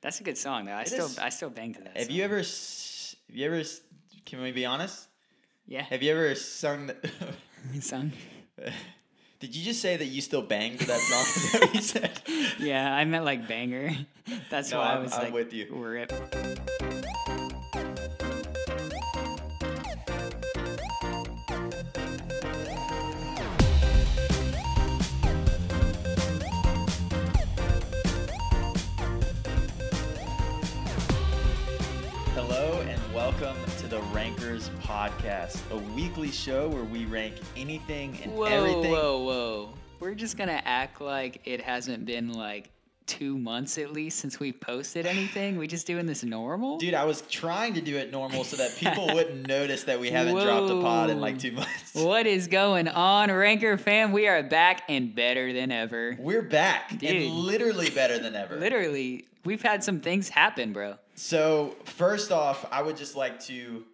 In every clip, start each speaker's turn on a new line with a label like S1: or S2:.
S1: That's a good song though. I
S2: It
S1: still
S2: is.
S1: I still bang to that.
S2: Have
S1: song.
S2: you ever? s- Have you ever? s- Can we be honest?
S1: Yeah.
S2: Have you ever sung? The,
S1: song?
S2: did you just say that you still bang to that song? Is that what you said?
S1: Yeah, I meant like banger. That's
S2: No,
S1: why i
S2: I'm-
S1: was
S2: I'm
S1: like
S2: with you.
S1: rip.
S2: Hello and welcome to the Rankers Podcast, a weekly show where we rank anything and
S1: Whoa,
S2: everything.
S1: whoa, whoa. We're just gonna act like it hasn't been like two months at least since we posted anything. We just doing this normal?
S2: Dude, I was trying to do it normal so that people wouldn't notice that we haven't dropped a pod in like two months.
S1: What is going on, Ranker fam? We are back and better than ever.
S2: We're back
S1: Dude.
S2: and literally better than ever.
S1: Literally, we've had some things happen, bro.
S2: So, first off, I would just like to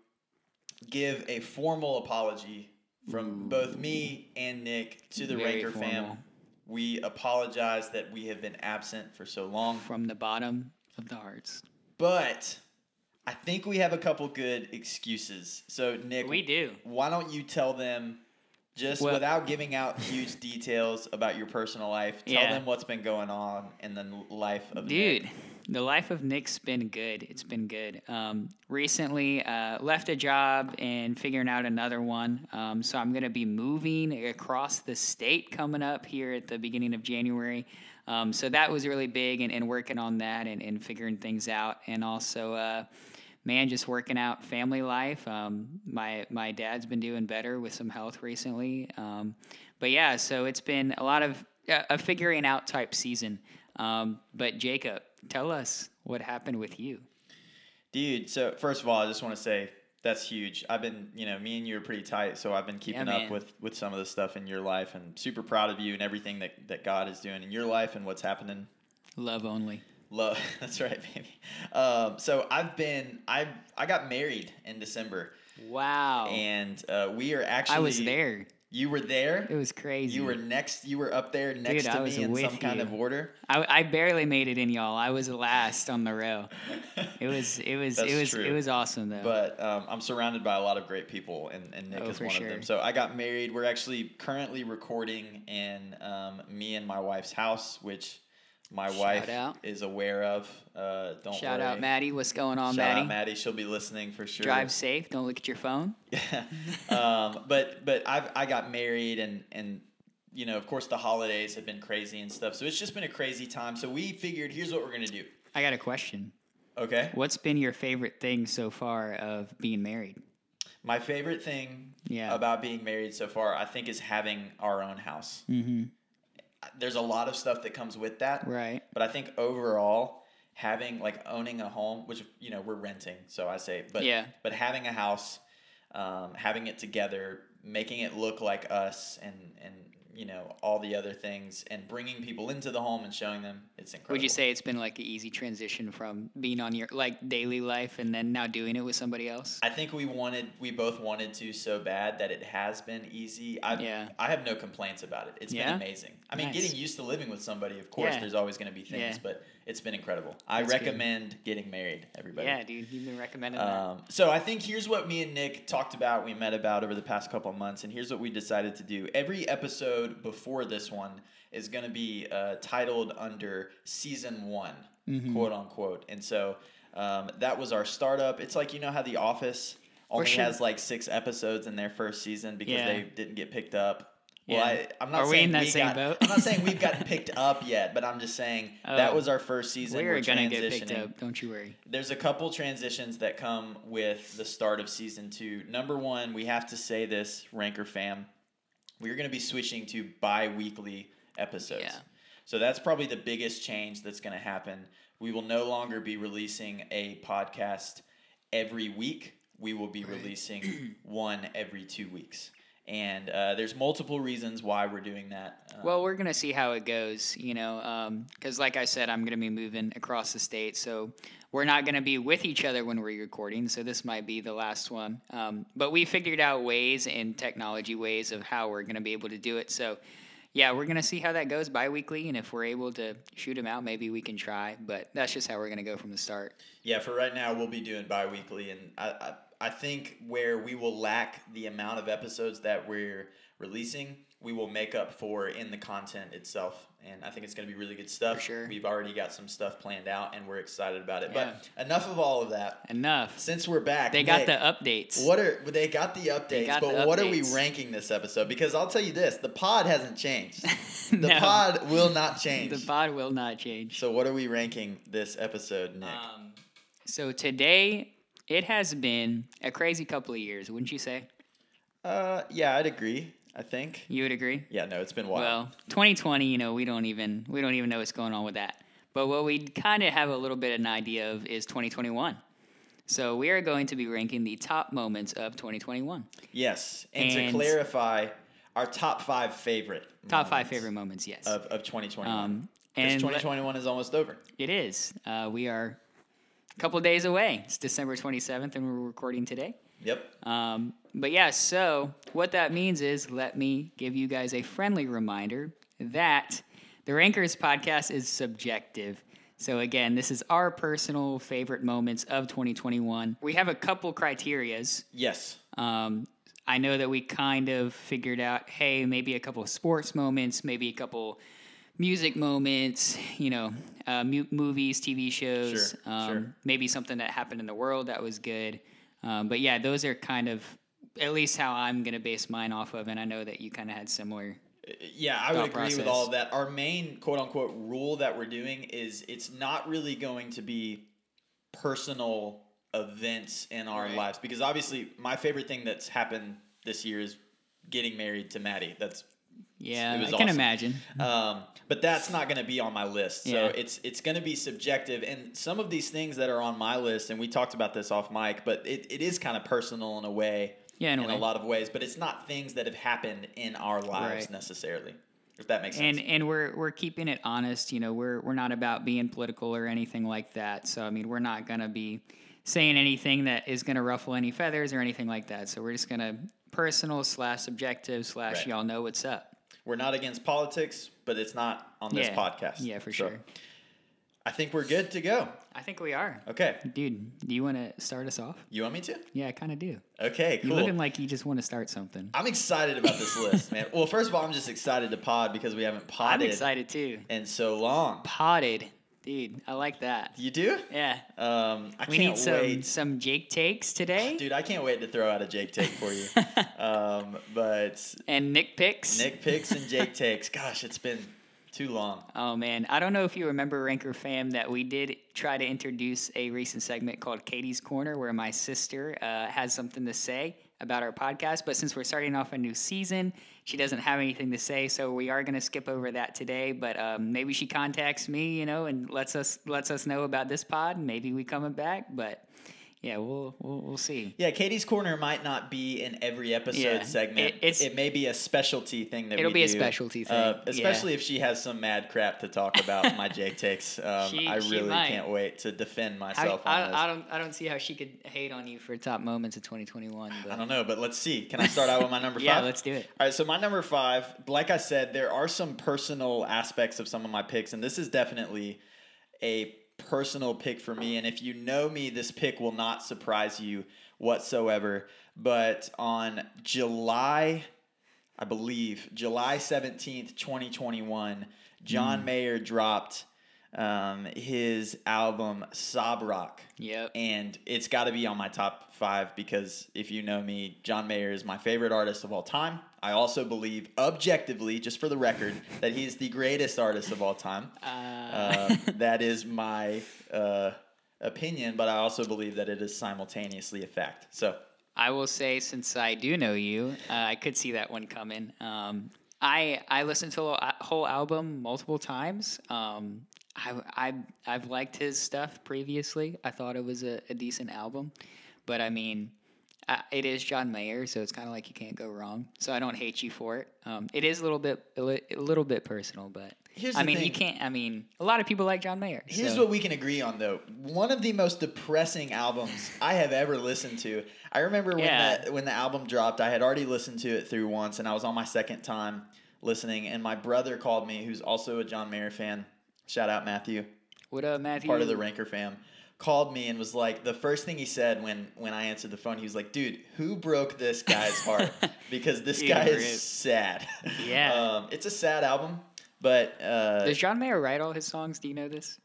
S2: give a formal apology from both me and Nick to the
S1: Very
S2: Ranker
S1: formal.
S2: fam. We apologize that we have been absent for so long,
S1: From the bottom of the hearts.
S2: but I think we have a couple good excuses. So, Nick,
S1: We do.
S2: why don't you tell them just
S1: Well-
S2: without giving out huge details about your personal life, tell
S1: Yeah.
S2: them what's been going on in the life of Nick.
S1: Dude, the life of Nick's been good. It's been good. Um, recently, uh, left a job and figuring out another one. Um, so I'm going to be moving across the state coming up here at the beginning of January. Um, so that was really big and, and working on that and, and figuring things out. And also, uh, man, just working out family life. Um, my my dad's been doing better with some health recently. Um, but yeah, so it's been a lot of uh, a figuring out type season. Um, but Jacob, tell us what happened with you.
S2: Dude, so first of all, I just want to say that's huge. I've been, you know, me and you are pretty tight, so I've been keeping up
S1: man.
S2: with with some of the stuff in your life and super proud of you and everything that that God is doing in your life and what's happening.
S1: Love only.
S2: Love. That's right, baby. Um, so I've been I I got married in December
S1: Wow,
S2: and uh, we are actually
S1: Oh. I was there.
S2: You were there?
S1: It was crazy.
S2: You were next. You were up there next
S1: Dude, I
S2: to
S1: was
S2: me in some
S1: with
S2: kind
S1: you.
S2: of order.
S1: I, I barely made it in, y'all. I was last on the row. It was it was
S2: That's
S1: it was
S2: true.
S1: it was awesome though.
S2: But um, I'm surrounded by a lot of great people, and, and Nick
S1: Oh,
S2: is
S1: for
S2: one of
S1: sure.
S2: them. So I got married. We're actually currently recording in um, me and my wife's house, which my
S1: Shout
S2: wife
S1: out.
S2: is aware of. Uh, don't
S1: Shout
S2: worry.
S1: out Maddie. What's going on,
S2: Shout
S1: Maddie?
S2: out Maddie. She'll be listening for sure.
S1: Drive safe. Don't look at your phone.
S2: um, but but I've I got married and and you know of course the holidays have been crazy and stuff. So it's just been a crazy time. So we figured here's what we're gonna do.
S1: I got a question.
S2: Okay.
S1: What's been your favorite thing so far of being married?
S2: My favorite thing
S1: Yeah.
S2: about being married so far, I think, is having our own house.
S1: Mm-hmm.
S2: There's a lot of stuff that comes with that,
S1: Right.
S2: but I think overall, having like owning a home, which you know we're renting, so I say, but
S1: Yeah.
S2: but having a house, um, having it together, making it look like us, and and you know all the other things, and bringing people into the home and showing them, it's incredible.
S1: Would you say it's been like an easy transition from being on your like daily life and then now doing it with somebody else?
S2: I think we wanted, we both wanted to so bad that it has been easy. I,
S1: Yeah.
S2: I have no complaints about it. It's
S1: Yeah?
S2: been amazing. I mean,
S1: Nice.
S2: getting used to living with somebody, of course,
S1: Yeah.
S2: there's always going to be things,
S1: Yeah.
S2: but it's been incredible. I
S1: That's good.
S2: recommend getting married, everybody.
S1: Yeah, dude, you've been recommending that.
S2: Um, so I think here's what me and Nick talked about, we met about over the past couple of months, and here's what we decided to do. Every episode before this one is going to be uh, titled under season one,
S1: Mhm.
S2: quote unquote. And so um, that was our startup. It's like you know how The Office only
S1: sure.
S2: has like six episodes in their first season because
S1: Yeah.
S2: they didn't get picked up.
S1: Yeah.
S2: Well, I, I'm not
S1: Are we
S2: saying
S1: in that same
S2: got,
S1: boat?
S2: I'm not saying we've gotten picked up yet, but I'm just saying that
S1: Oh.
S2: was our first season.
S1: We're, gonna
S2: transitioning
S1: get picked up. Don't you worry.
S2: there's a couple transitions that come with the start of season two. Number one, we have to say this, Ranker fam. We're going to be switching to bi weekly episodes.
S1: Yeah.
S2: So that's probably the biggest change that's going to happen. We will no longer be releasing a podcast every week, we will be releasing one every two weeks. And uh, there's multiple reasons why we're doing that. Um,
S1: Well, we're gonna see how it goes, you know, because like I said, I'm gonna be moving across the state, so we're not gonna be with each other when we're recording. So this might be the last one, um, but we figured out ways and technology ways of how we're gonna be able to do it. So yeah, we're gonna see how that goes bi-weekly, and if we're able to shoot them out, maybe we can try. But that's just how we're gonna go from the start.
S2: Yeah, for right now, we'll be doing bi weekly. And I, I, I think where we will lack the amount of episodes that we're releasing, we will make up for in the content itself. And I think it's going to be really good stuff.
S1: sure.
S2: We've already got some stuff planned out and we're excited about it. But
S1: Yeah.
S2: enough of all of that.
S1: Enough.
S2: Since we're back,
S1: They got
S2: Nick,
S1: the updates.
S2: What are they got the updates?
S1: got
S2: but
S1: the
S2: what are we
S1: updates.
S2: ranking this episode? Because I'll tell you this: the pod hasn't changed. The
S1: No.
S2: pod will not change.
S1: The pod will not change.
S2: so what are we ranking this episode, Nick?
S1: Um, so today it has been a crazy couple of years, wouldn't you say?
S2: Uh, yeah, I'd agree. I think.
S1: You would agree.
S2: Yeah, no, it's been wild.
S1: Well, 2020, you know, we don't even we don't even know what's going on with that. But what we kind of have a little bit of an idea of is 2021. So we are going to be ranking the top moments of 2021.
S2: yes, and, to
S1: and-
S2: clarify, our top five favorite.
S1: Top five
S2: moments
S1: favorite moments, yes.
S2: of of 2021.
S1: um,
S2: Because
S1: and
S2: 2021 is almost over.
S1: it is. Uh, we are a couple days away. It's December 27th, and we're recording today.
S2: Yep.
S1: Um, but yeah, so what that means is let me give you guys a friendly reminder that the Rankers podcast is subjective. So again, this is our personal favorite moments of 2021. We have a couple criterias.
S2: Yes.
S1: Um, I know that we kind of figured out, hey, maybe a couple sports moments, maybe a couple music moments, you know, uh, mu- movies, TV shows,
S2: Sure,
S1: um,
S2: sure.
S1: maybe something that happened in the world that was good. Um, but yeah, those are kind of at least how I'm going to base mine off of. And I know that you kind of had similar.
S2: Yeah, I would
S1: thought
S2: agree with all
S1: process.
S2: of that. Our main quote unquote rule that we're doing is it's not really going to be personal events in our
S1: Right.
S2: lives because obviously my favorite thing that's happened this year is getting married to Maddie. That's
S1: Yeah,
S2: was
S1: I can
S2: awesome.
S1: imagine.
S2: um, but that's not going to be on my list. So
S1: Mm-hmm. Yeah.
S2: it's it's going to be subjective. And some of these things that are on my list, and we talked about this off mic, but it, it is kind of personal in a way,
S1: Yeah, in a
S2: in
S1: way.
S2: a lot of ways. But it's not things that have happened in our lives
S1: Right.
S2: necessarily. If that makes sense.
S1: and and we're we're keeping it honest. You know, we're we're not about being political or anything like that. So I mean, we're not gonna be saying anything that is gonna ruffle any feathers or anything like that. So we're just gonna personal slash subjective slash
S2: Right.
S1: y'all know what's up.
S2: We're not against politics, but it's not on this
S1: yeah.
S2: podcast.
S1: Yeah, for
S2: So,
S1: sure.
S2: I think we're good to go.
S1: I think we are.
S2: Okay.
S1: Dude, do you want to start us off?
S2: You want me to?
S1: Yeah, I kind of do.
S2: Okay,
S1: You're looking
S2: cool.
S1: like you just want to start something.
S2: I'm excited about this list, man. Well, first of all, I'm just excited to pod because we haven't
S1: I'm
S2: podded
S1: excited too.
S2: in so long.
S1: Potted, dude. I like that.
S2: You do?
S1: Yeah,
S2: Um, I
S1: we
S2: can't
S1: need some
S2: wait.
S1: some Jake takes today
S2: Dude, I can't wait to throw out a Jake take for you. um, but
S1: and Nick picks.
S2: Nick picks and Jake takes. Gosh, it's been too long.
S1: Oh man, I don't know if you remember Ranker Fam that we did try to introduce a recent segment called Katie's Corner, where my sister uh, has something to say about our podcast. But since we're starting off a new season, she doesn't have anything to say, so we are going to skip over that today. But um, maybe she contacts me, you know, and lets us lets us know about this pod. and Maybe we coming back, but yeah, we'll we'll, we'll see.
S2: Yeah, Katie's Corner might not be in every episode
S1: Yeah,
S2: segment.
S1: it- it's-
S2: it may be a specialty thing that
S1: It'll
S2: we
S1: be a
S2: do,
S1: specialty thing,
S2: uh,
S1: yeah.
S2: especially if she has some mad crap to talk about. my Jake takes. Um,
S1: She-
S2: I
S1: she
S2: really
S1: might.
S2: can't wait to defend
S1: I,
S2: myself on this.
S1: I, I don't I don't see how she could hate on you for top moments of 2021.
S2: I
S1: But
S2: don't know, but let's see. Can I start out with my number
S1: yeah,
S2: five?
S1: let's do it.
S2: All right, so my number five, like I said, there are some personal aspects of some of my picks, and this is definitely a personal pick for me. And if you know me, this pick will not surprise you whatsoever. But on July, I believe, July 17th, 2021, John Mayer dropped um, his album Sob Rock
S1: Yep.
S2: and it's got to be on my top five because if you know me, John Mayer is my favorite artist of all time. I also believe, objectively, just for the record, that he is the greatest artist of all time. Uh, that is my uh, opinion, but I also believe that it is simultaneously a fact. So,
S1: I will say, since I do know you, uh, I could see that one coming. Um, I I listened to the whole album multiple times. Um, I, I I've liked his stuff previously. I thought it was a, a decent album, but I mean, I, it is John Mayer, so it's kind of like you can't go wrong. So I don't hate you for it. Um, it is a little bit a li- a little bit personal, but
S2: Here's
S1: I
S2: the
S1: mean, you
S2: thing.
S1: can't. I mean, a lot of people like John Mayer.
S2: Here's
S1: so-
S2: what we can agree on, though. One of the most depressing albums I have ever listened to. I remember when
S1: Yeah.
S2: that when the album dropped, I had already listened to it through once, and I was on my second time listening. And my brother called me, who's also a John Mayer fan. Shout out Matthew,
S1: What up, Matthew?
S2: part of the Ranker fam. Called me and was like, the first thing he said when when I answered the phone, he was like, "Dude, who broke this guy's heart? Because this
S1: Dude,
S2: guy
S1: rip.
S2: is sad."
S1: Yeah.
S2: um, it's a sad album. But uh,
S1: Does John Mayer write all his songs? Do you know this?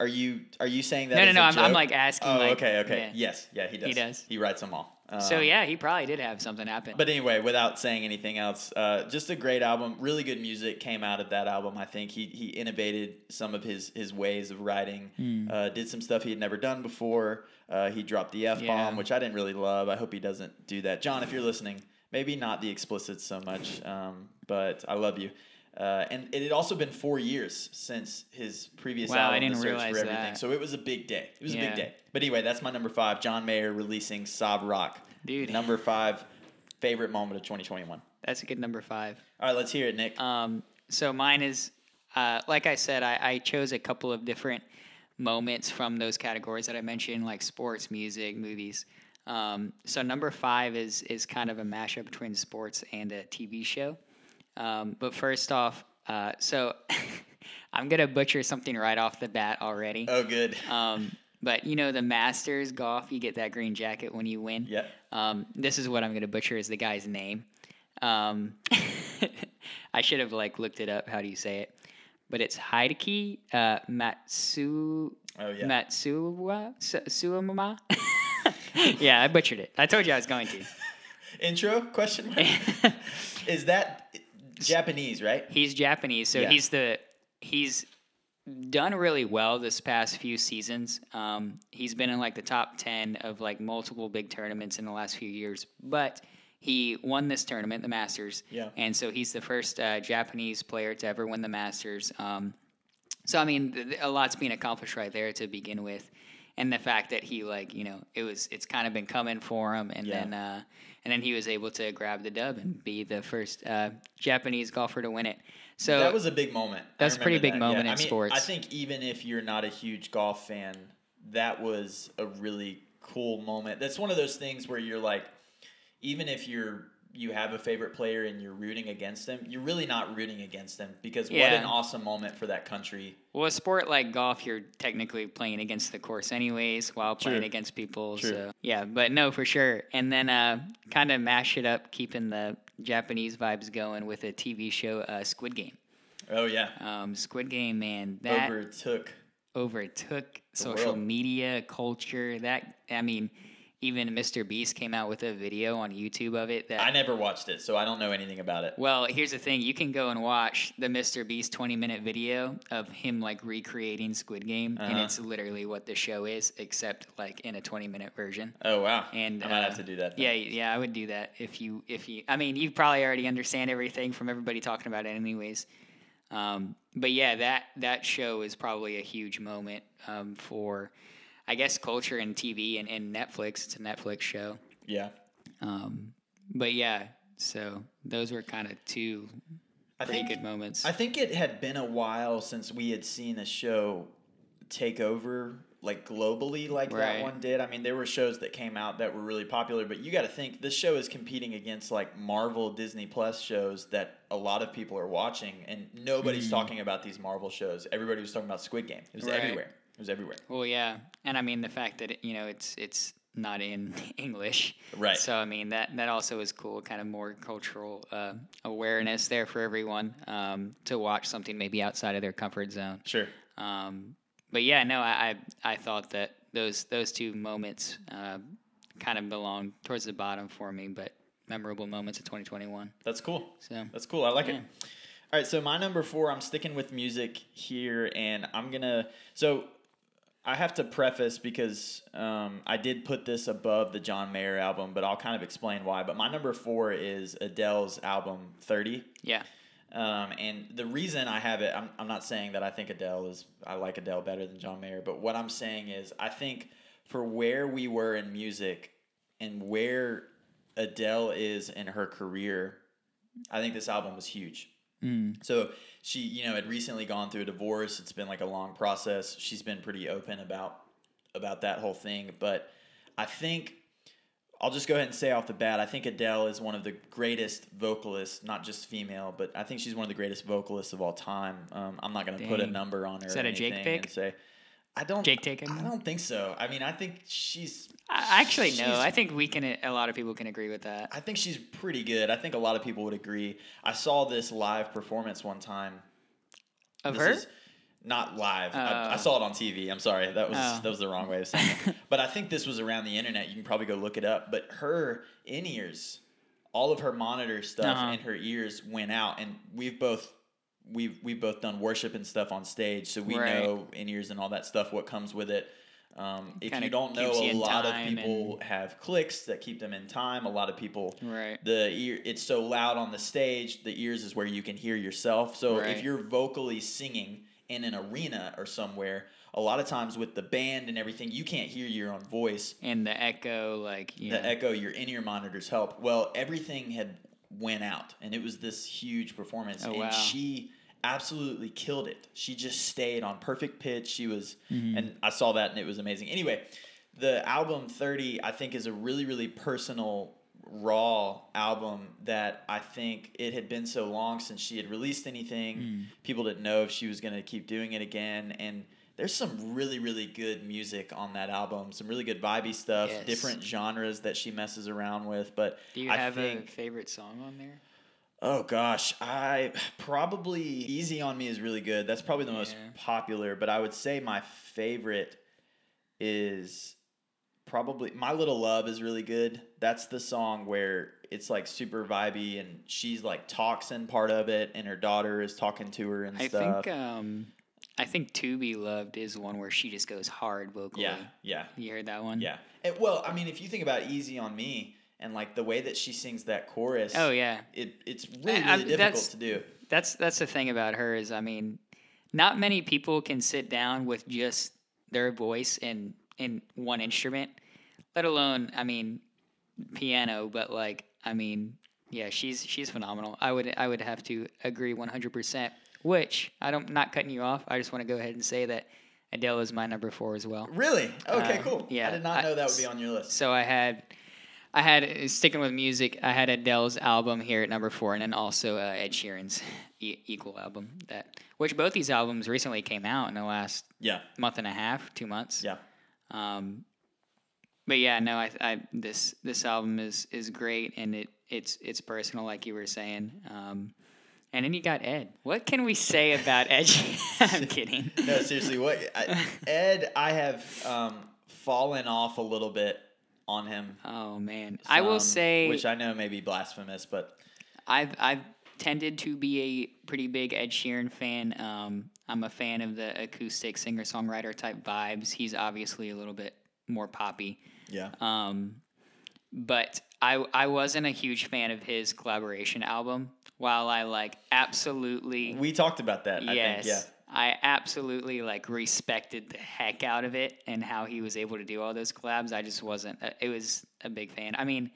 S2: are you are you saying that?
S1: No, no,
S2: as
S1: no.
S2: a
S1: I'm, I'm
S2: joke?
S1: like asking.
S2: Oh,
S1: like,
S2: okay, okay.
S1: yeah.
S2: Yes, yeah, he does.
S1: does.
S2: He writes them all.
S1: So
S2: Um,
S1: yeah, he probably did have something happen.
S2: But anyway, without saying anything else, uh, just a great album. Really good music came out of that album. I think he he innovated some of his his ways of writing. Uh, did some stuff he had never done before. Uh, he dropped the f bomb,
S1: Yeah.
S2: which I didn't really love. I hope he doesn't do that, John. If you're listening, maybe not the explicit so much, um, but I love you. Uh, and it had also been four years since his previous
S1: Wow, I
S2: album,
S1: didn't
S2: The Search for
S1: realize
S2: Everything.
S1: that.
S2: So it was a big day. It was a
S1: Yeah.
S2: big day. But anyway, that's my number five. John Mayer releasing Sob Rock.
S1: Dude.
S2: Number five, favorite moment of 2021.
S1: That's a good number five.
S2: All right, let's hear it, Nick.
S1: Um, so mine is, uh, like I said, I, I chose a couple of different moments from those categories that I mentioned, like sports, music, movies. Um, so number five is is kind of a mashup between sports and a TV show. Um, but first off, uh, so I'm gonna butcher something right off the bat already.
S2: oh, good.
S1: Um, but you know the Masters golf, you get that green jacket when you win.
S2: yep.
S1: Um, this is what I'm gonna butcher is the guy's name. Um, I should have like looked it up. How do you say it? But it's Heideki uh, Matsu
S2: Oh, yeah.
S1: Matsuwa Su- Suwama. yeah, I butchered it. I told you I was going to.
S2: Intro? Question mark. Is that Japanese, right?
S1: he's Japanese, so
S2: Yeah.
S1: he's the he's done really well this past few seasons. Um, he's been in like the top ten of like multiple big tournaments in the last few years, but he won this tournament, the Masters,
S2: Yeah.
S1: and so he's the first uh, Japanese player to ever win the Masters. Um, so I mean, th- th- a lot's being accomplished right there to begin with, and the fact that he like you know it was it's kind of been coming for him, and
S2: Yeah.
S1: then uh, and then he was able to grab the dub and be the first uh, Japanese golfer to win it. So
S2: that was a big moment. I
S1: That's a pretty
S2: remember
S1: big
S2: that,
S1: moment
S2: I
S1: in
S2: mean, I
S1: sports.
S2: think even if you're not a huge golf fan, that was a really cool moment. That's one of those things where you're like, even if you're you have a favorite player and you're rooting against them, you're really not rooting against them because what
S1: Yeah.
S2: an awesome moment for that country.
S1: well, a sport like golf, you're technically playing against the course anyways, while playing
S2: True.
S1: against people.
S2: True.
S1: So yeah, but no, for sure. And then uh, kind of mash it up, keeping the Japanese vibes going with a TV show, uh, Squid Game.
S2: Oh yeah.
S1: Um, Squid Game, man, that
S2: Overtook.
S1: overtook social
S2: world.
S1: media culture. That I mean, even Mr. Beast came out with a video on YouTube of it. That
S2: I never watched it, so I don't know anything about it.
S1: well, here's the thing: you can go and watch the Mr. Beast 20 minute video of him like recreating Squid Game, and
S2: Uh-huh.
S1: it's literally what the show is, except like in a 20 minute version.
S2: Oh wow!
S1: And,
S2: I might
S1: uh,
S2: have to do that. then.
S1: Yeah, yeah, I would do that if you if you. I mean, you probably already understand everything from everybody talking about it, anyways. Um, but yeah, that that show is probably a huge moment um, for, I guess, culture and TV and, and Netflix. It's a Netflix show.
S2: yeah.
S1: Um, but yeah, so those were kind of two
S2: I
S1: pretty
S2: think
S1: good moments.
S2: I think it had been a while since we had seen a show take over like globally like that
S1: Right.
S2: one did. I mean, there were shows that came out that were really popular, but you got to think this show is competing against like Marvel Disney Plus shows that a lot of people are watching and nobody's talking about these Marvel shows. Everybody was talking about Squid Game. It was
S1: Hmm. Right.
S2: everywhere. It was everywhere.
S1: well, yeah, and I mean the fact that it, you know it's it's not in English,
S2: Right.
S1: So I mean that that also is cool, kind of more cultural uh, awareness there for everyone um, to watch something maybe outside of their comfort zone.
S2: Sure.
S1: Um, but yeah, no, I, I I thought that those those two moments uh, kind of belong towards the bottom for me, but memorable moments of 2021.
S2: That's cool.
S1: So
S2: That's cool. I like
S1: Yeah.
S2: it. All right, so my number four, I'm sticking with music here, and I'm gonna. So I have to preface because um, I did put this above the John Mayer album, but I'll kind of explain why. But my number four is Adele's album 30.
S1: yeah,
S2: Um, and the reason I have it, I'm, I'm not saying that I think Adele is, I like Adele better than John Mayer, but what I'm saying is, I think for where we were in music and where Adele is in her career, I think this album was huge.
S1: mm,
S2: So she, you know, had recently gone through a divorce. It's been like a long process. She's been pretty open about about that whole thing, but I think I'll just go ahead and say off the bat, I think Adele is one of the greatest vocalists, not just female, but I think she's one of the greatest vocalists of all time. Um, I'm not going to put a
S1: Dang.
S2: number on her.
S1: Is
S2: or
S1: that a Jake
S2: anything
S1: pick?
S2: And say, I don't.
S1: Jake taken?
S2: I don't think so. I mean, I think she's.
S1: I actually no.
S2: she's-
S1: I think we can. A lot of people can agree with that.
S2: I think she's pretty good. I think a lot of people would agree. I saw this live performance one time.
S1: Of
S2: This
S1: her,
S2: is not live. I, I
S1: Oh.
S2: saw it on TV. I'm sorry. That was
S1: Oh.
S2: that was the wrong way of saying it. but I think this was around the internet. You can probably go look it up. But her in ears, all of her monitor stuff
S1: Uh-huh.
S2: and her ears went out. And we've both we've we've both done worship and stuff on stage, so we
S1: Right.
S2: know in ears and all that stuff what comes with it. Um, if
S1: Kinda
S2: you don't know,
S1: keeps you
S2: a
S1: in
S2: lot of
S1: time
S2: people have clicks that keep them in time. A lot of people
S1: right?
S2: the ear it's so loud on the stage the ears is where you can hear yourself so if
S1: Right.
S2: you're vocally singing in an arena or somewhere a lot of times with the band and everything you can't hear your own voice
S1: And the echo, like yeah,
S2: the echo your in-ear monitors help well everything had went out and it was this huge performance
S1: Oh,
S2: and
S1: wow.
S2: she absolutely killed it she just stayed on perfect pitch she was
S1: Mhm.
S2: and i saw that and it was amazing anyway the album 30 i think is a really really personal raw album that i think it had been so long since she had released anything
S1: Mm.
S2: people didn't know if she was going to keep doing it again and there's some really really good music on that album some really good vibey stuff
S1: Yes.
S2: different genres that she messes around with but
S1: Do you
S2: I
S1: have
S2: think-
S1: a favorite song on there?
S2: oh gosh i probably easy on me is really good that's probably the most
S1: Yeah.
S2: popular but i would say my favorite is probably my little love is really good that's the song where it's like super vibey and she's like talks in part of it and her daughter is talking to her and
S1: I
S2: stuff
S1: think um, I think "To Be Loved" is one where she just goes hard vocally.
S2: yeah yeah
S1: you heard that one?
S2: Yeah. And, well, I mean, if you think about "Easy on Me" and like the way that she sings that chorus,
S1: Oh yeah,
S2: it it's really really
S1: I- I-
S2: difficult
S1: that's-
S2: to do.
S1: that's that's the thing about her is I mean, not many people can sit down with just their voice and in one instrument, let alone I mean, piano. But like I mean, yeah, she's she's phenomenal. I would I would have to agree one hundred percent. Which I don't not cutting you off. I just want to go ahead and say that Adele is my number four as well.
S2: Really? Okay,
S1: Uh,
S2: cool. I
S1: yeah,
S2: did not
S1: I-
S2: know that would be on your list.
S1: So I had, I had sticking with music. I had Adele's album here at number four, and then also uh, Ed Sheeran's e- Equal album. That which both these albums recently came out in the last
S2: Yeah.
S1: month and a half, two months.
S2: Yeah.
S1: Um, but yeah, no, I, I this this album is is great, and it it's it's personal, like you were saying. Um, and then you got Ed. What can we say about Ed? Sheeran? I'm kidding.
S2: No, seriously. What I, Ed? I have um, fallen off a little bit on him.
S1: Oh man, I will
S2: some,
S1: say
S2: um, which I know may be blasphemous, but
S1: I've I've tended to be a pretty big Ed Sheeran fan. Um, I'm a fan of the acoustic singer songwriter type vibes. He's obviously a little bit more poppy,
S2: yeah,
S1: um, but I I wasn't a huge fan of his collaboration album. While I like absolutely
S2: we talked about that. I
S1: Um, yes.
S2: think, yeah.
S1: I absolutely like respected the heck out of it and how he was able to do all those collabs. I just wasn't. uh, It was a big fan. I mean,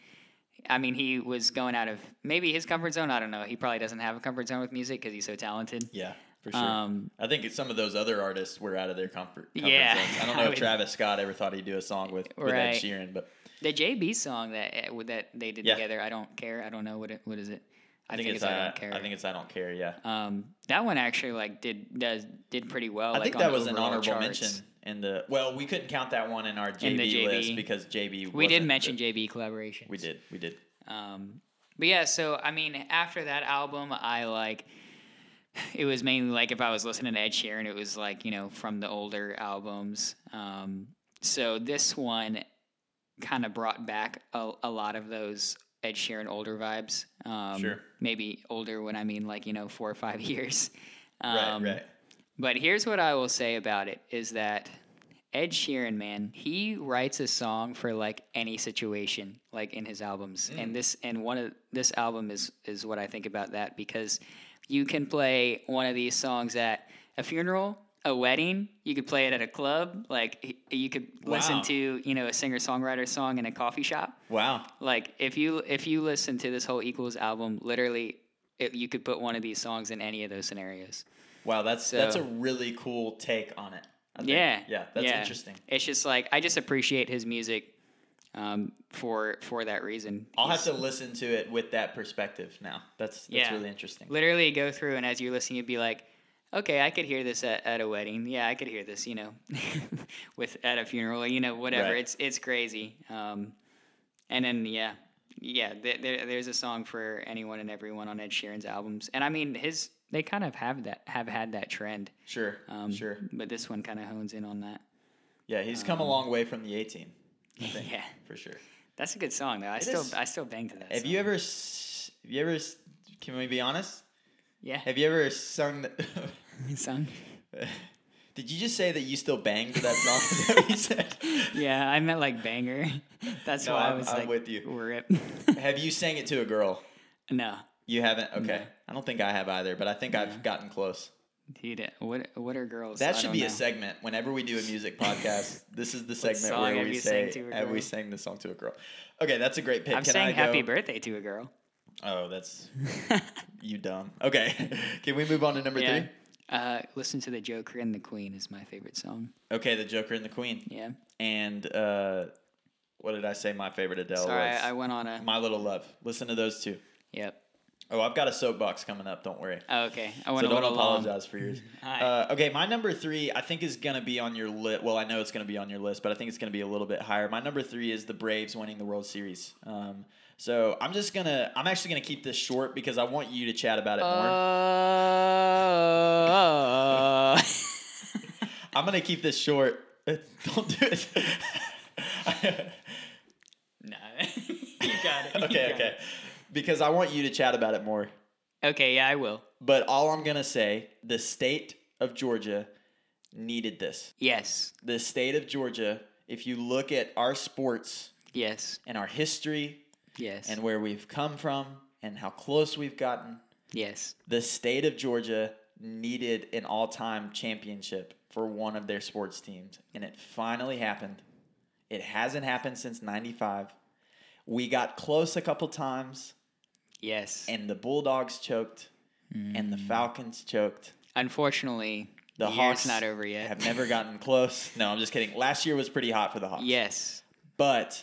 S1: I mean, he was going out of maybe his comfort zone. I don't know. He probably doesn't have a comfort zone with music because he's so talented.
S2: Yeah, for sure.
S1: Um,
S2: I think it's some of those other artists were out of their comfort, comfort
S1: Yeah,
S2: zones. I don't know
S1: I
S2: if
S1: would-
S2: Travis Scott ever thought he'd do a song with, with Ed
S1: Right.
S2: Sheeran, but
S1: the JB song that uh, with- that they did
S2: Yeah.
S1: together. I don't care. I don't know what it, what is it. I, think, it's, I
S2: uh,
S1: don't care.
S2: I think it's I don't care. Yeah,
S1: um, that one actually like did does did pretty well.
S2: I
S1: like,
S2: think
S1: on
S2: that
S1: the
S2: was an
S1: overall
S2: honorable
S1: charts.
S2: mention in the. Well, we couldn't count that one in our JB,
S1: In the
S2: list
S1: JB.
S2: because JB.
S1: We did
S2: wasn't
S1: mention
S2: the-
S1: JB collaboration.
S2: We did. We did.
S1: Um, but yeah, so I mean, after that album, I like it was mainly like if I was listening to Ed Sheeran, it was like you know from the older albums. Um, so this one kind of brought back a, a lot of those Ed Sheeran older vibes. Um,
S2: Sure.
S1: Maybe older when I mean like you know four or five years. Um,
S2: right. Right.
S1: but here's what I will say about it is that Ed Sheeran, man, he writes a song for like any situation, like in his albums.
S2: Mm.
S1: And this and one of this album is is what I think about that because you can play one of these songs at a funeral, a wedding, you could play it at a club, like y- you could
S2: Wow.
S1: listen to, you know, a singer-songwriter song in a coffee shop
S2: Wow.
S1: like if you if you listen to this whole equals album literally it, you could put one of these songs in any of those scenarios
S2: Wow. That's that's a
S1: So-
S2: really cool take on it. I think.
S1: Yeah,
S2: Yeah. That's
S1: yeah.
S2: interesting.
S1: it's just like i just appreciate his music um, for for that reason.
S2: I'll have
S1: He's-
S2: to listen to it with that perspective now. That's that's
S1: Yeah.
S2: really interesting.
S1: literally go through and as you're listening, you'd be like, okay, I could hear this at, at a wedding. Yeah, I could hear this, you know, with at a funeral, you know, whatever.
S2: Right.
S1: It's it's crazy. Um, and then yeah, yeah, there, there, there's a song for anyone and everyone on Ed Sheeran's albums, and I mean his they kind of have that have had that trend.
S2: Sure,
S1: Um,
S2: sure.
S1: But this one kind of hones in on that.
S2: Yeah, he's come a
S1: um,
S2: long way from the A team. I think,
S1: yeah,
S2: for sure.
S1: that's a good song though. I
S2: It
S1: still
S2: is.
S1: I still bang to that.
S2: Have you
S1: song.
S2: ever? s- Have you ever? s- Can we be honest?
S1: Yeah,
S2: Have you ever sung that?
S1: song.
S2: Did you just say that you still bang to that song? Is that what you said?
S1: Yeah, I meant like banger. That's
S2: No,
S1: why i
S2: I'm-
S1: was
S2: I'm
S1: like
S2: with you.
S1: rip.
S2: Have you sang it to a girl?
S1: no,
S2: You haven't. Okay,
S1: No.
S2: I don't think I have either, but I think
S1: No.
S2: I've gotten close.
S1: dude. What what are girls?
S2: That
S1: I
S2: should
S1: don't
S2: be
S1: know.
S2: a segment. Whenever we do a music podcast, this is the segment
S1: song
S2: where
S1: have
S2: we
S1: you sang
S2: say
S1: to a
S2: have we
S1: girl?
S2: sang the song to a girl. Okay, that's a great pick.
S1: I'm
S2: Can
S1: saying
S2: I
S1: happy
S2: go?
S1: birthday to a girl.
S2: Oh, that's you dumb. Okay, can we move on to number
S1: yeah.
S2: three?
S1: Uh, listen to the Joker and the Queen is my favorite song.
S2: Okay, the Joker and the Queen,
S1: Yeah.
S2: and uh, what did I say? My favorite Adele
S1: Sorry,
S2: was
S1: I, I went on a.
S2: My Little Love. Listen to those two.
S1: Yep.
S2: Oh, I've got a soapbox coming up. Don't worry.
S1: Oh, okay. I went
S2: So
S1: a
S2: don't
S1: little
S2: apologize
S1: long.
S2: for yours.
S1: Hi.
S2: Uh, okay, my number three, I think, is going to be on your list. Well, I know it's going to be on your list, but I think it's going to be a little bit higher. My number three is the Braves winning the World Series. Um, so I'm just going to, I'm actually going to keep this short because I want you to chat about it more.
S1: Uh,
S2: I'm going to keep this short. Don't do it.
S1: no. you got it. You
S2: okay,
S1: got
S2: okay.
S1: it.
S2: Because I want you to chat about it more.
S1: Okay. Yeah, I will.
S2: But all I'm going to say the state of Georgia needed this.
S1: Yes.
S2: The state of Georgia, if you look at our sports
S1: Yes.
S2: and our history
S1: Yes.
S2: and where we've come from and how close we've gotten,
S1: yes.
S2: the state of Georgia needed an all time championship for one of their sports teams. And it finally happened. It hasn't happened since 95. We got close a couple times,
S1: Yes.
S2: and the Bulldogs choked, and
S1: Mm.
S2: the Falcons choked.
S1: Unfortunately,
S2: The
S1: the year's
S2: Hawks
S1: not over yet.
S2: Have never gotten close. No, I'm just kidding. Last year was pretty hot for the Hawks.
S1: Yes.
S2: But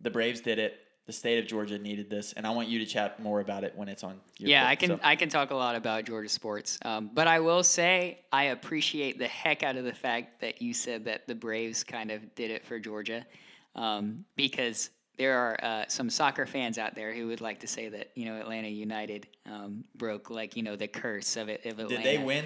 S2: the Braves did it. The state of Georgia needed this, and I want you to chat more about it when it's on. Your
S1: yeah,
S2: clip,
S1: I can
S2: so-
S1: I can talk a lot about Georgia sports, um, but I will say I appreciate the heck out of the fact that you said that the Braves kind of did it for Georgia, um, because there are uh, some soccer fans out there who would like to say that you know Atlanta United um, broke like you know the curse of it of Atlanta.
S2: Did they win?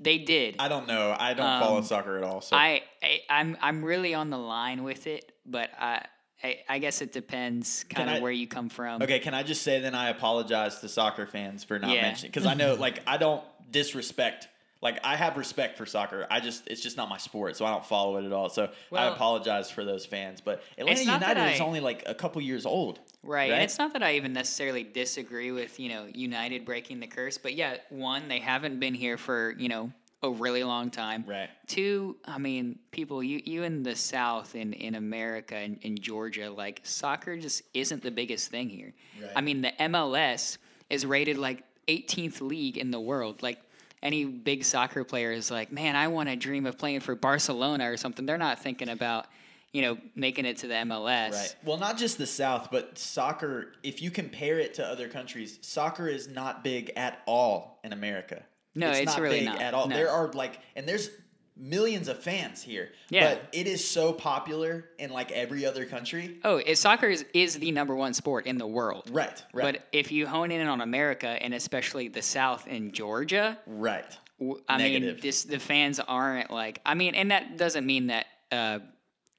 S1: They did.
S2: I don't know. I don't follow
S1: Um,
S2: soccer at all. So
S1: I, I I'm I'm really on the line with it, but I I, I guess it depends kind
S2: I-
S1: of where you come from.
S2: okay, can I just say then I apologize to soccer fans for not
S1: Yeah.
S2: mentioning because I know like I don't disrespect. Like I have respect for soccer. I just it's just not my sport, so I don't follow it at all. So I
S1: Well-
S2: apologize for those fans. But Atlanta
S1: not that
S2: United is
S1: I-
S2: only like a couple years old.
S1: Right.
S2: right?
S1: And it's not that I even necessarily disagree with, you know, United breaking the curse, but yeah, one, they haven't been here for, you know, a really long time.
S2: Right.
S1: Two, I mean, people, you, you in the South, in, in America, in, in Georgia, like soccer just isn't the biggest thing here.
S2: Right.
S1: I mean, the MLS is rated like 18th league in the world. Like, any big soccer player is like, man, I want to dream of playing for Barcelona or something. They're not thinking about, you know, making it to the MLS.
S2: Right. Well, not just the South, but soccer, if you compare it to other countries, soccer is not big at all in America.
S1: No, it's really
S2: big
S1: not.
S2: at all.
S1: No.
S2: There are like, and there's millions of fans here.
S1: Yeah.
S2: But it is so popular in like every other country.
S1: Oh, it, soccer is, is the number one sport in the world.
S2: Right. Right.
S1: But if you hone in on America and especially the South and Georgia,
S2: right.
S1: w- I mean,
S2: Negative.
S1: this, the fans aren't like. I mean, and that doesn't mean that uh,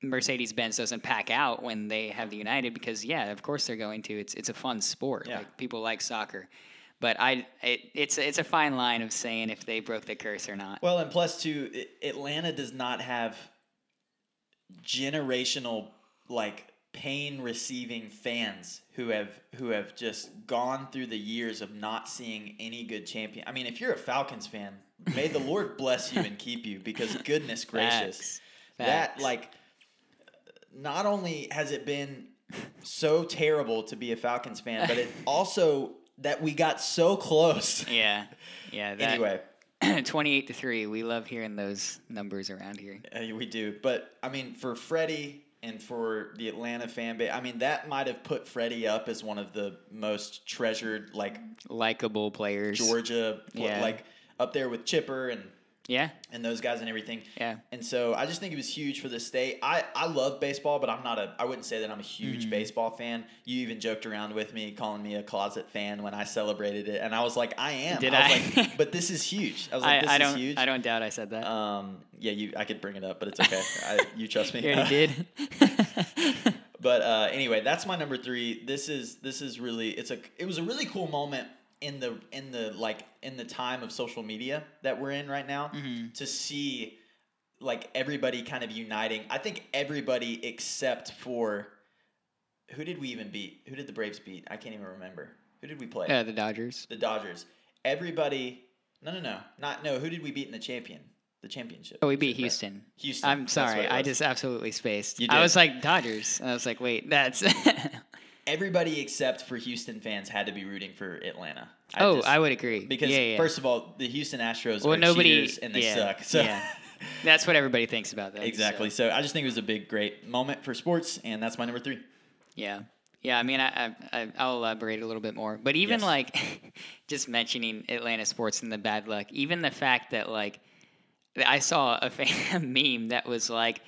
S1: Mercedes Benz doesn't pack out when they have the United because yeah, of course they're going to. It's it's a fun sport.
S2: Yeah.
S1: Like people like soccer, but I it, it's it's a fine line of saying if they broke the curse or not.
S2: Well, and plus two, I- Atlanta does not have generational like pain receiving fans who have who have just gone through the years of not seeing any good champion. I mean, if you're a Falcons fan, may the Lord bless you and keep you because goodness gracious.
S1: Facts.
S2: That
S1: Facts.
S2: like not only has it been so terrible to be a Falcons fan, but it also that we got so close.
S1: yeah, yeah. That,
S2: Anyway,
S1: twenty-eight
S2: Eh,
S1: to three. We love hearing those numbers around here.
S2: Uh, we do, but I mean, for Freddie, and for the Atlanta fan base, I mean, that might have put Freddie up as one of the most treasured, like
S1: likable players.
S2: Georgia, pl-
S1: Yeah.
S2: like up there with Chipper and
S1: Yeah,
S2: and those guys and everything.
S1: yeah.
S2: And so I just think it was huge for this state. I, I love baseball, but I'm not a I wouldn't say that I'm a huge
S1: Mm.
S2: baseball fan. You even joked around with me calling me a closet fan when I celebrated it, and I was like, I am.
S1: Did
S2: I?
S1: I?
S2: Was like, but this is huge. I was like,
S1: I,
S2: this
S1: I
S2: is
S1: don't.
S2: huge.
S1: I don't doubt I said that.
S2: Um, yeah, you. I could bring it up, but it's okay. I, you trust me.
S1: you already did.
S2: But uh, anyway, that's my number three. This is this is really it's a it was a really cool moment in the in the like in the time of social media that we're in right now
S1: Mhm.
S2: to see like everybody kind of uniting. I think everybody except for who did we even beat? Who did the Braves beat? I can't even remember. Who did we play?
S1: yeah, Uh, the Dodgers.
S2: The Dodgers. Everybody. No, no, no, not no. Who did we beat in the champion? The championship.
S1: Oh, we beat
S2: Right.
S1: Houston.
S2: Houston.
S1: I'm
S2: that's what
S1: sorry.
S2: it
S1: I
S2: was.
S1: just absolutely spaced.
S2: You
S1: I
S2: did.
S1: was like Dodgers. And I was like, wait, that's.
S2: everybody except for Houston fans had to be rooting for Atlanta. I
S1: oh,
S2: just-
S1: I would agree.
S2: because
S1: yeah, yeah.
S2: first of all, the Houston Astros
S1: Well,
S2: are
S1: nobody-
S2: cheaters and they
S1: yeah,
S2: suck. So
S1: yeah. that's what everybody thinks about that. so,
S2: exactly. So. I just think it was a big, great moment for sports, and that's my number three.
S1: yeah. Yeah, I mean, I, I- I I'll elaborate a little bit more, but even
S2: Yes.
S1: like just mentioning Atlanta sports and the bad luck, even the fact that like I saw a fan meme that was like,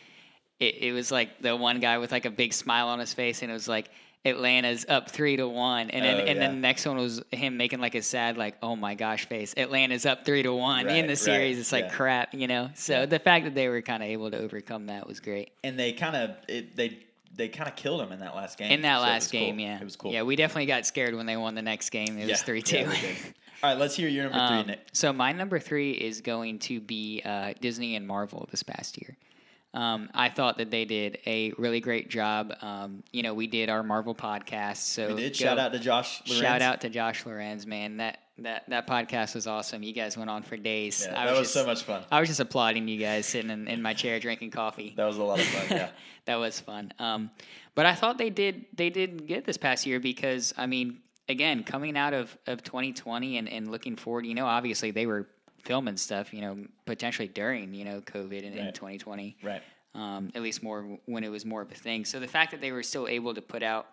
S1: it, it was like the one guy with like a big smile on his face, and it was like Atlanta's up three to one, and then
S2: Oh,
S1: and then
S2: yeah.
S1: the next one was him making like a sad like oh my gosh face. Atlanta's up three to one
S2: Right,
S1: in the
S2: right,
S1: series. It's like
S2: yeah.
S1: crap, you know. So
S2: Yeah.
S1: the fact that they were kind of able to overcome that was great.
S2: And they kind of it, they they kind of killed him in that last game.
S1: In that
S2: so it was
S1: last
S2: cool.
S1: game, yeah,
S2: it was cool.
S1: Yeah, we definitely got scared when they won the next game. It was three two.
S2: yeah, they did. All right, let's hear your number
S1: Um,
S2: three, Nick.
S1: so my number three is going to be uh, Disney and Marvel this past year. Um, I thought that they did a really great job. Um, you know, we did our Marvel podcast, so
S2: We did
S1: go-
S2: shout out to Josh. Lorenz.
S1: shout out to Josh Lorenz, man. That that that podcast was awesome. You guys went on for days.
S2: Yeah,
S1: I
S2: that was, so
S1: just-
S2: much fun.
S1: I was just applauding you guys sitting in, in my chair drinking coffee.
S2: That was a lot of fun. Yeah.
S1: that was fun. Um, but I thought they did they did good this past year because I mean, again, coming out of, of 2020 and, and looking forward, you know, obviously they were filming stuff, you know, potentially during you know COVID and in
S2: Right.
S1: 2020,
S2: Right.
S1: um, at least more when it was more of a thing. So the fact that they were still able to put out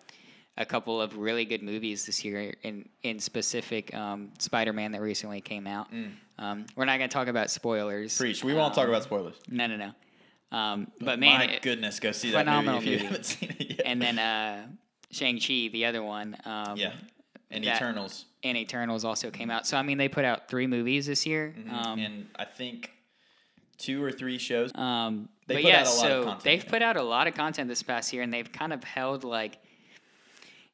S1: a couple of really good movies this year, in in specific um, Spider Man that recently came out.
S2: Mm.
S1: Um, we're not going to talk about spoilers. Um,
S2: Preach. We won't talk about spoilers.
S1: No, no, no. Um, but man,
S2: my
S1: it-
S2: goodness, go see that movie
S1: phenomenal
S2: if you
S1: movie.
S2: haven't seen it yet.
S1: and then uh, Shang Chi, the other one, um,
S2: yeah, and
S1: that-
S2: Eternals.
S1: and Eternals also came out. So I mean, they put out three movies this year. Um,
S2: Mm-hmm. and I think two or three shows.
S1: um,
S2: They
S1: but
S2: put
S1: yeah,
S2: out a lot
S1: so
S2: of content,
S1: they've
S2: yeah.
S1: put out a lot of content this past year, and they've kind of held like,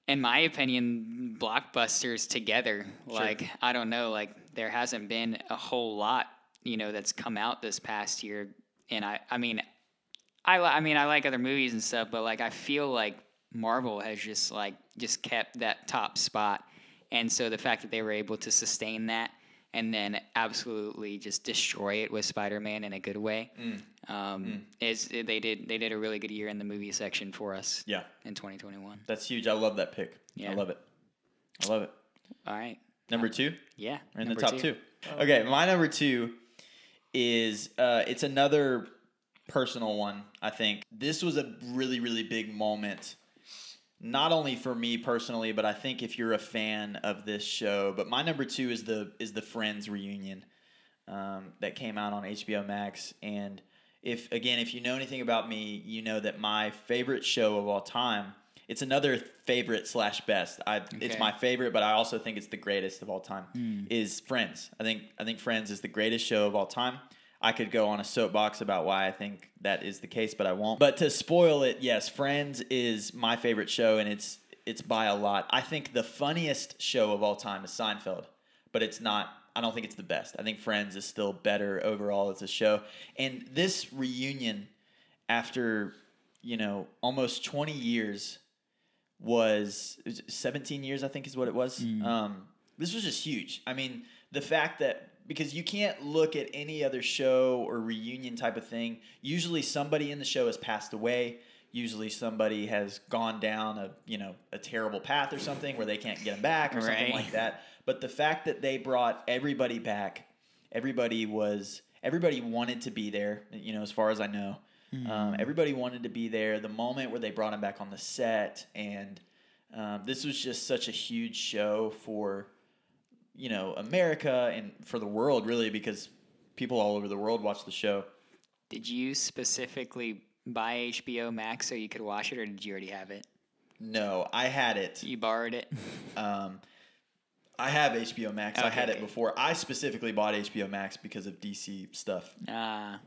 S1: in my opinion, blockbusters together. Like I don't know, like there hasn't been a whole lot, you know, that's come out this past year. And I, I mean, I, li- I mean, I like other movies and stuff, but like I feel like Marvel has just like just kept that top spot, and so the fact that they were able to sustain that and then absolutely just destroy it with Spider-Man in a good way
S2: Mm.
S1: um, is they did they did a really good year in the movie section for us
S2: Yeah,
S1: in 2021.
S2: that's huge. I love that pick.
S1: Yeah. Uh,
S2: I love it. I love it.
S1: All right,
S2: Number two,
S1: yeah,
S2: we're in
S1: number Oh,
S2: the top two. Okay, my number two is uh, it's another personal one. I think this was a really really big moment. Not only for me personally, but I think if you're a fan of this show, but my number two is the is the Friends reunion. um, that came out on HBO Max. And if again, if you know anything about me, you know that my favorite show of all time. It's another favorite slash best. I,
S1: Okay.
S2: It's my favorite, but I also think it's the greatest of all time. Is Friends. I think I think Friends is the greatest show of all time. I could go on a soapbox about why I think that is the case, but I won't. But to spoil it, yes, Friends is my favorite show, and it's it's by a lot. I think the funniest show of all time is Seinfeld but it's not I don't think it's the best. I think Friends is still better overall as a show. And this reunion after, you know, almost 20 years was, it was 17 years I think is what it was. Um, this was just huge. I mean, the fact that because you can't look at any other show or reunion type of thing, usually somebody in the show has passed away. Usually somebody has gone down a you know a terrible path or something where they can't get them back or something
S1: Right.
S2: like that. But the fact that they brought everybody back, everybody was everybody wanted to be there. You know, as far as I know, Um, everybody wanted to be there. The moment where they brought him back on the set, and um, this was just such a huge show for you know America and for the world, really, because people all over the world watched the show.
S1: Did you specifically buy HBO Max so you could watch it, or did you already have it?
S2: No, I had it.
S1: You borrowed it.
S2: Um, I have HBO Max. I
S1: Okay,
S2: had it
S1: okay.
S2: before. I specifically bought HBO Max because of DC stuff,
S1: Uh,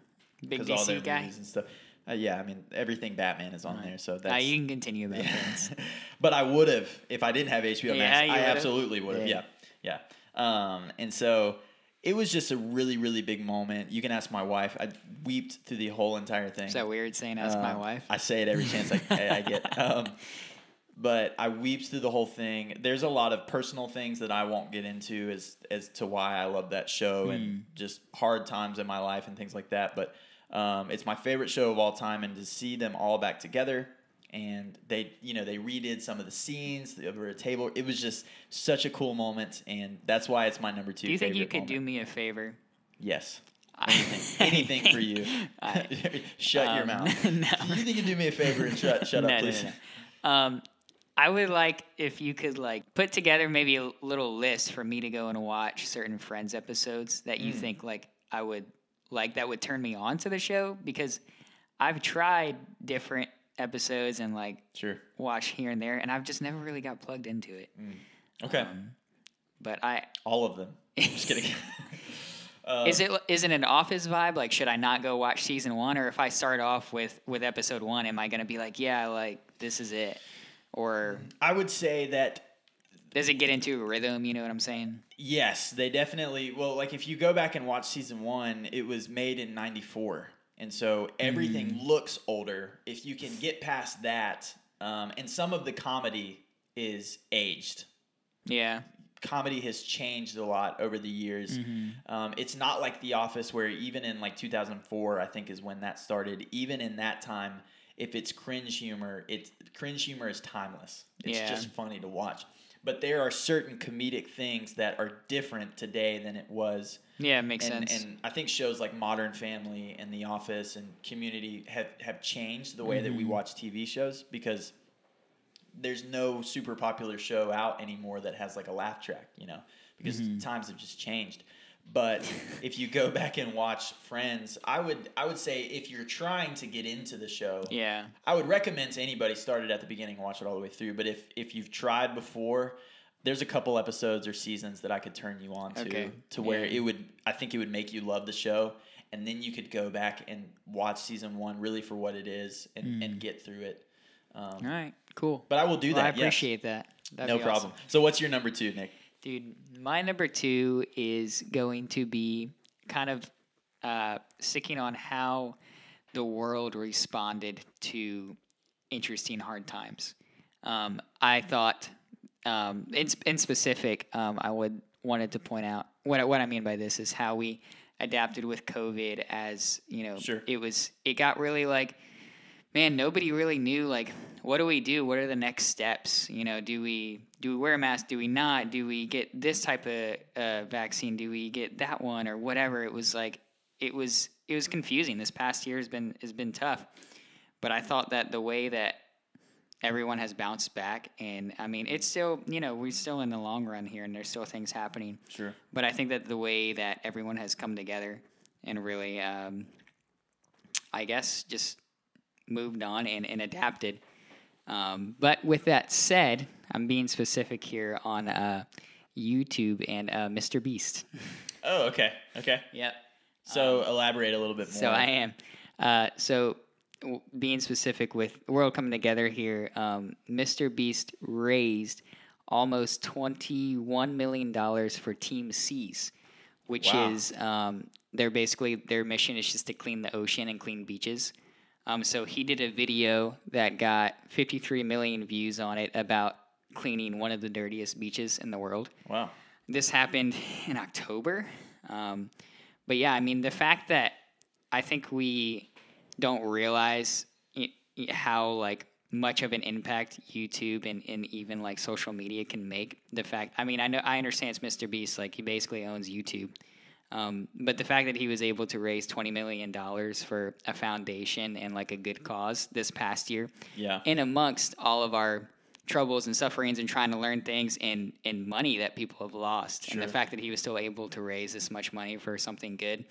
S1: big
S2: because all their
S1: DC guy.
S2: movies and stuff. Uh, yeah, I mean everything Batman is on there, so that's.
S1: Uh, you can continue about
S2: Yeah.
S1: that.
S2: but I would have if I didn't have HBO
S1: Yeah,
S2: Max.
S1: you
S2: I
S1: would've.
S2: absolutely would have. Yeah,
S1: Yeah.
S2: yeah. Um, and so it was just a really, really big moment. You can ask my wife. I weeped through the whole entire thing.
S1: Is that weird saying ask my
S2: Um,
S1: wife?
S2: I say it every chance I, I I get. Um, but I weeps through the whole thing. There's a lot of personal things that I won't get into as as to why I love that show
S1: Hmm.
S2: and just hard times in my life and things like that. But um, it's my favorite show of all time, and to see them all back together and they you know they redid some of the scenes over a table. It was just such a cool moment, and that's why it's my number two.
S1: Do you think you
S2: favorite
S1: could do
S2: moment.
S1: me a favor?
S2: Yes.
S1: Anything,
S2: Anything for you.
S1: I,
S2: shut your
S1: um,
S2: mouth.
S1: no.
S2: You think you do me a favor and shut shut
S1: No,
S2: up,
S1: no, no,
S2: please.
S1: no. Um, I would like if you could like put together maybe a little list for me to go and watch certain Friends episodes that
S2: Mm.
S1: you think like I would like that would turn me on to the show because I've tried different episodes and like
S2: Sure.
S1: watched here and there and I've just never really got plugged into it.
S2: Mm. Okay.
S1: Um, But I
S2: All of them. Just kidding. Uh,
S1: is it is it an office vibe? Like should I not go watch season 1 or if I start off with with episode 1 am I going to be like, yeah, like this is it? Or
S2: I would say that
S1: does it get into a rhythm, you know what I'm saying?
S2: yes, they definitely. Well, like if you go back and watch season one, it was made in '94, and so everything
S1: Mm.
S2: looks older. If you can get past that, um, and some of the comedy is aged.
S1: Yeah.
S2: comedy has changed a lot over the years.
S1: Mm-hmm.
S2: Um, it's not like The Office, where even in like 2004, I think is when that started. Even in that time, if it's cringe humor, it's cringe humor is timeless. It's
S1: Yeah.
S2: just funny to watch. But there are certain comedic things that are different today than it was
S1: Yeah, it makes
S2: and,
S1: sense.
S2: and I think shows like Modern Family and The Office and Community have, have changed the way that we watch TV shows because there's no super popular show out anymore that has like a laugh track, you know, because times have just changed. But if you go back and watch Friends, I would I would say if you're trying to get into the show,
S1: yeah.
S2: I would recommend to anybody start it at the beginning and watch it all the way through. But if if you've tried before, there's a couple episodes or seasons that I could turn you on to
S1: Okay.
S2: to where
S1: Yeah.
S2: it would I think it would make you love the show. And then you could go back and watch season one really for what it is and, and get through it.
S1: All right. Cool.
S2: um, But I will do
S1: Hmm. Well,
S2: that.
S1: I
S2: yes.
S1: appreciate that. That'd
S2: No
S1: be awesome.
S2: problem. So what's your number two, Nick?
S1: Dude, my number two is going to be kind of uh, sticking on how the world responded to interesting hard times. Um, I thought, um, in, sp- in specific, um, I would wanted to point out what I- what I mean by this is how we adapted with COVID. As you know,
S2: Sure.
S1: it was it got really like man, nobody really knew like what do we do? What are the next steps? You know, do we do we wear a mask? Do we not? Do we get this type of uh, vaccine? Do we get that one or whatever? It was like it was it was confusing. This past year has been has been tough, but I thought that the way that everyone has bounced back, and I mean, it's still you know we're still in the long run here, and there's still things happening.
S2: Sure.
S1: But I think that the way that everyone has come together and really, um, I guess, just moved on and, and adapted. Um, but with that said, I'm being specific here on uh, YouTube and uh, Mr. Beast.
S2: Oh, okay. Okay.
S1: Yep.
S2: So elaborate a little bit more.
S1: Um, So I am. Uh, so w- being specific with we're all coming together here. Um, Mr. Beast raised almost twenty-one million dollars for Team Seas, which
S2: Wow.
S1: is um, they're basically their mission is just to clean the ocean and clean beaches. Um, so he did a video that got fifty-three million views on it about cleaning one of the dirtiest beaches in the world
S2: Wow.
S1: this happened in October. Um, but yeah, I mean, the fact that I think we don't realize i- i- how like much of an impact YouTube and, and even like social media can make. The fact, I mean, I know I understand it's Mr. Beast, like he basically owns YouTube, Um, but the fact that he was able to raise twenty million dollars for a foundation and like a good cause this past year,
S2: Yeah.
S1: in amongst all of our troubles and sufferings and trying to learn things and and money that people have lost and
S2: Sure.
S1: the fact that he was still able to raise this much money for something good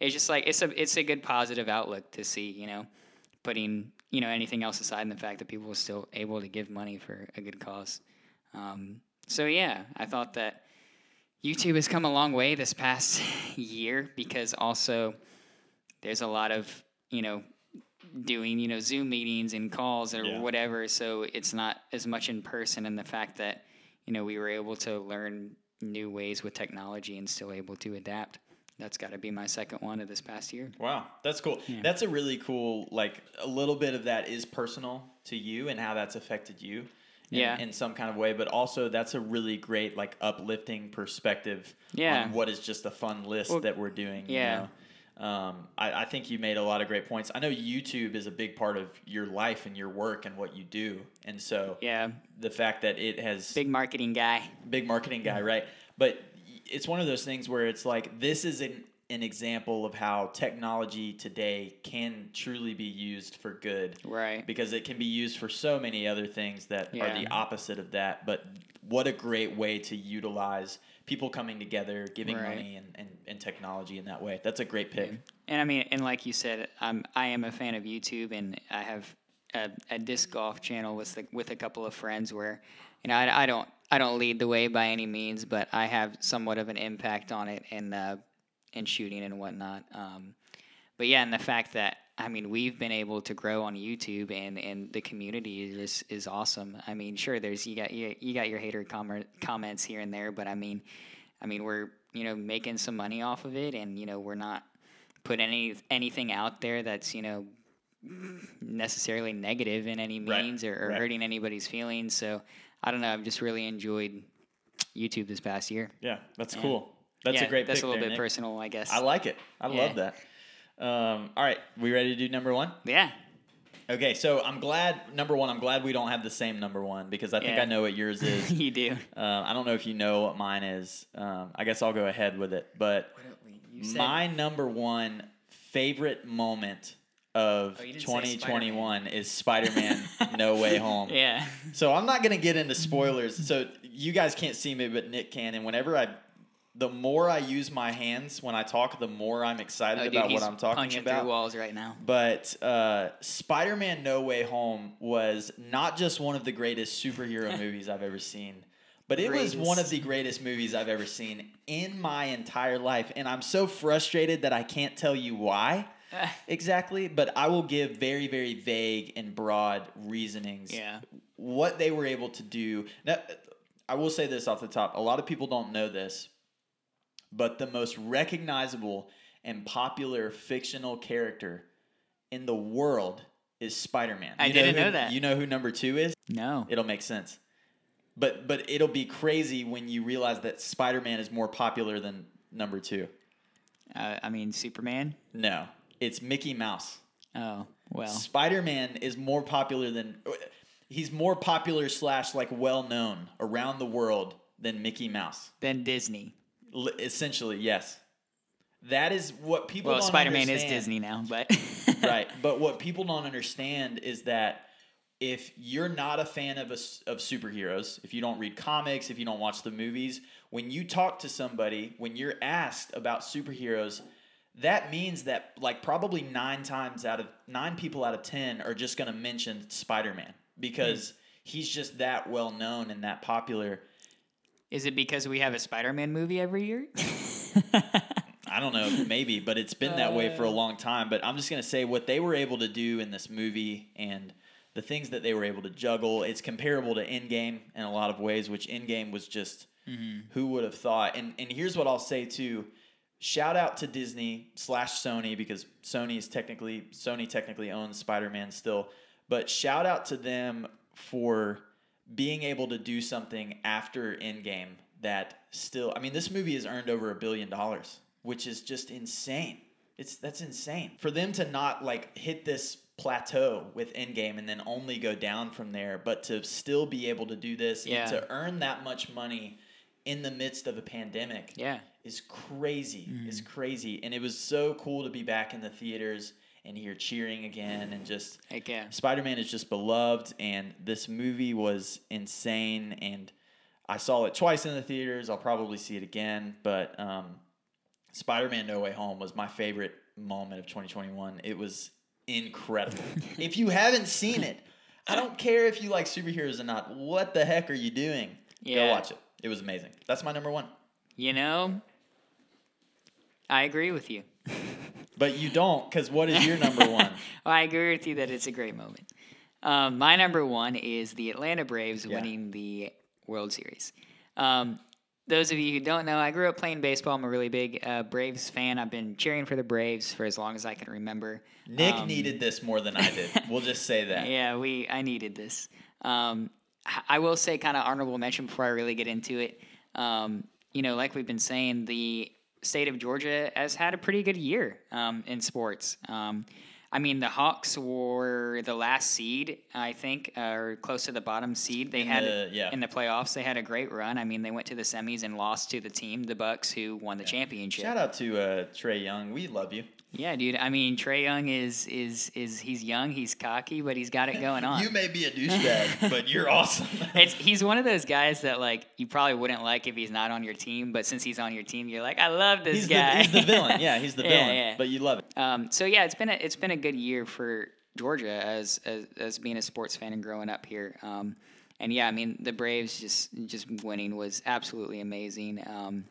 S1: it's just like it's a it's a good positive outlook to see you know putting you know anything else aside and the fact that people were still able to give money for a good cause um, so yeah i thought that youtube has come a long way this past year because also there's a lot of you know doing you know zoom meetings and calls or
S2: Yeah.
S1: whatever so it's not as much in person and the fact that you know we were able to learn new ways with technology and still able to adapt that's got to be my second one of this past year
S2: Wow, that's cool.
S1: Yeah.
S2: That's a really cool. Like a little bit of that is personal to you and how that's affected you. In,
S1: Yeah.
S2: in some kind of way, but also that's a really great, like, uplifting perspective
S1: Yeah.
S2: on what is just a fun list
S1: Well,
S2: that we're doing. you
S1: yeah.
S2: know? um, I, I think you made a lot of great points. I know YouTube is a big part of your life and your work and what you do, and so
S1: yeah
S2: the fact that it has
S1: big marketing guy
S2: big marketing guy,
S1: Mm-hmm.
S2: right? But y- it's one of those things where it's like this is an, an example of how technology today can truly be used for good
S1: right
S2: because it can be used for so many other things that are the
S1: Yeah.
S2: opposite of that. But what a great way to utilize people coming together, giving
S1: Right.
S2: money and, and, and technology in that way. That's a great pick.
S1: And I mean, and like you said, I'm I am a fan of YouTube, and I have a, a disc golf channel with the, with a couple of friends where, you know, I, I don't I don't lead the way by any means, but I have somewhat of an impact on it and uh, and shooting and whatnot. Um, but yeah, and the fact that I mean, we've been able to grow on YouTube, and and the community is is awesome. I mean, sure, there's you got you, you got your hater com- comments here and there, but I mean, I mean, we're you know making some money off of it, and you know we're not put any anything out there that's you know necessarily negative in any
S2: Right,
S1: means or, or
S2: right.
S1: hurting anybody's feelings. So I don't know. I've just really enjoyed YouTube this past year.
S2: Yeah, that's
S1: Yeah.
S2: cool. That's
S1: Yeah,
S2: a great
S1: That's
S2: pick.
S1: a little
S2: there,
S1: bit
S2: Nick.
S1: personal, I guess.
S2: I like it. I
S1: Yeah.
S2: love that. Um, all right, we ready to do number one?
S1: yeah.
S2: Okay, so I'm glad. Number one, I'm glad we don't have the same number one because I think
S1: Yeah.
S2: I know what yours is.
S1: you do.
S2: um, I don't know if you know what mine is. Um, I guess I'll go ahead with it. But my number one favorite moment of
S1: Oh, you didn't say
S2: 2021 is Spider-Man: No Way Home.
S1: Yeah.
S2: So I'm not gonna get into spoilers. So you guys can't see me, but Nick can. And whenever I, the more I use my hands when I talk, the more I'm excited
S1: Oh, dude,
S2: about
S1: he's
S2: what I'm talking
S1: punching
S2: about.
S1: through walls right now.
S2: But uh, Spider Man No Way Home was not just one of the greatest superhero movies I've ever seen, but it was one of
S1: Greatest.
S2: the greatest movies I've ever seen in my entire life. And I'm so frustrated that I can't tell you why exactly, but I will give very, very vague and broad reasonings
S1: yeah.
S2: what they were able to do. Now, I will say this off the top. A lot of people don't know this, but the most recognizable and popular fictional character in the world is Spider-Man.
S1: I didn't
S2: who-
S1: know that.
S2: You know who number 2 is?
S1: No.
S2: It'll make sense. But but it'll be crazy when you realize that Spider-Man is more popular than number 2.
S1: Uh, I mean, Superman.
S2: No. It's Mickey Mouse.
S1: Oh well.
S2: Spider Man is more popular than he's more popular slash like well known around the world than Mickey Mouse.
S1: Then Disney.
S2: L- essentially, yes. That is what people.
S1: Well,
S2: don't
S1: Spider Man is
S2: understand.
S1: Disney now, but
S2: right? But what people don't understand is that if you're not a fan of a s of superheroes, if you don't read comics, if you don't watch the movies, when you talk to somebody, when you're asked about superheroes, that means that like probably nine times out of nine people out of ten are just going to mention Spider-Man because he's just that well known and that popular.
S1: Is it because we have a Spider Man movie every year?
S2: I don't know, maybe, but it's been that way for a long time. But I'm just gonna say what they were able to do in this movie and the things that they were able to juggle. It's comparable to Endgame in a lot of ways, which Endgame was just who would have thought. And and here's what I'll say too: shout out to Disney slash Sony because Sony is technically Sony technically owns Spider Man still, but shout out to them for being able to do something after Endgame that still I mean this movie has earned over a billion dollars, which is just insane. It's that's insane. For them to not like hit this plateau with Endgame and then only go down from there, but to still be able to do this
S1: Yeah.
S2: and to earn that much money in the midst of a pandemic
S1: Yeah.
S2: is crazy. Is crazy. And it was so cool to be back in the theaters and hear cheering again and just
S1: Heck yeah.
S2: Spider Man is just beloved, and this movie was insane. And I saw it twice in the theaters. I'll probably see it again. But um, Spider Man No Way Home was my favorite moment of 2021. It was incredible. if you haven't seen it, I don't care if you like superheroes or not. What the heck are you doing?
S1: Yeah.
S2: Go watch it. It was amazing. That's my number one.
S1: You know, I agree with you.
S2: But you don't, because what is your number one?
S1: Well, I agree with you that it's a great moment. Um, my number one is the Atlanta Braves
S2: Yeah.
S1: winning the World Series. Um, those of you who don't know, I grew up playing baseball. I'm a really big uh, Braves fan. I've been cheering for the Braves for as long as I can remember.
S2: Nick
S1: Um,
S2: needed this more than I did. We'll just say that.
S1: Yeah, we. I needed this. Um, h- I will say, kind of honorable mention before I really get into it. Um, you know, like we've been saying, the state of Georgia has had a pretty good year um, in sports. Um, I mean, the Hawks were the last seed, I think, or close to the bottom seed. They had
S2: the- Uh, yeah.
S1: in the playoffs. They had a great run. I mean, they went to the semis and lost to the team, the Bucks, who won the championship.
S2: Shout out to uh, Trey Young. We love you.
S1: Yeah, dude. I mean, Trey Young is is is he's young, he's cocky, but he's got it going on.
S2: You may be a douchebag, but you're awesome.
S1: It's, he's one of those guys that like you probably wouldn't like if he's not on your team, but since he's on your team, you're like, I love this
S2: he's, the,
S1: guy.
S2: he's the villain. Yeah, he's the
S1: Yeah,
S2: villain.
S1: yeah.
S2: But you love it.
S1: um, so yeah, it's been a, it's been a good year for Georgia as as, as being a sports fan and growing up here. Um, and yeah, I mean the Braves just just winning was absolutely amazing. Um,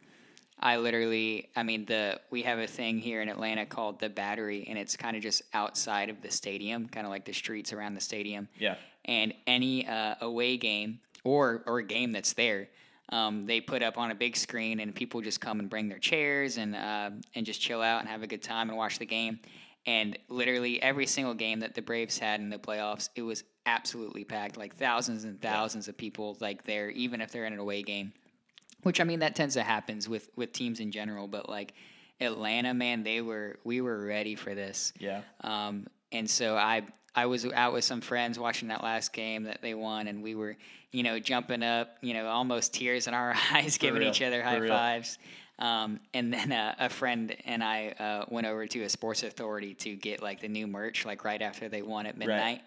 S1: I literally, I mean, the we have a thing here in Atlanta called the Battery, and it's kind of just outside of the stadium, kind of like the streets around the stadium
S2: Yeah.
S1: and any uh, away game or or game that's there, um, they put up on a big screen, and people just come and bring their chairs and uh, and just chill out and have a good time and watch the game. And literally every single game that the Braves had in the playoffs, it was absolutely packed, like thousands and thousands of people like there, even if they're in an away game. Which I mean, that tends to happens with with teams in general, but like Atlanta, man, they were we were ready for this.
S2: Yeah.
S1: Um, and so I I was out with some friends watching that last game that they won, and we were you know jumping up, you know, almost tears in our eyes, giving
S2: real,
S1: each other
S2: for
S1: high
S2: real.
S1: fives. Um, and then uh, a friend and I uh, went over to a Sports Authority to get like the new merch, like right after they won at midnight.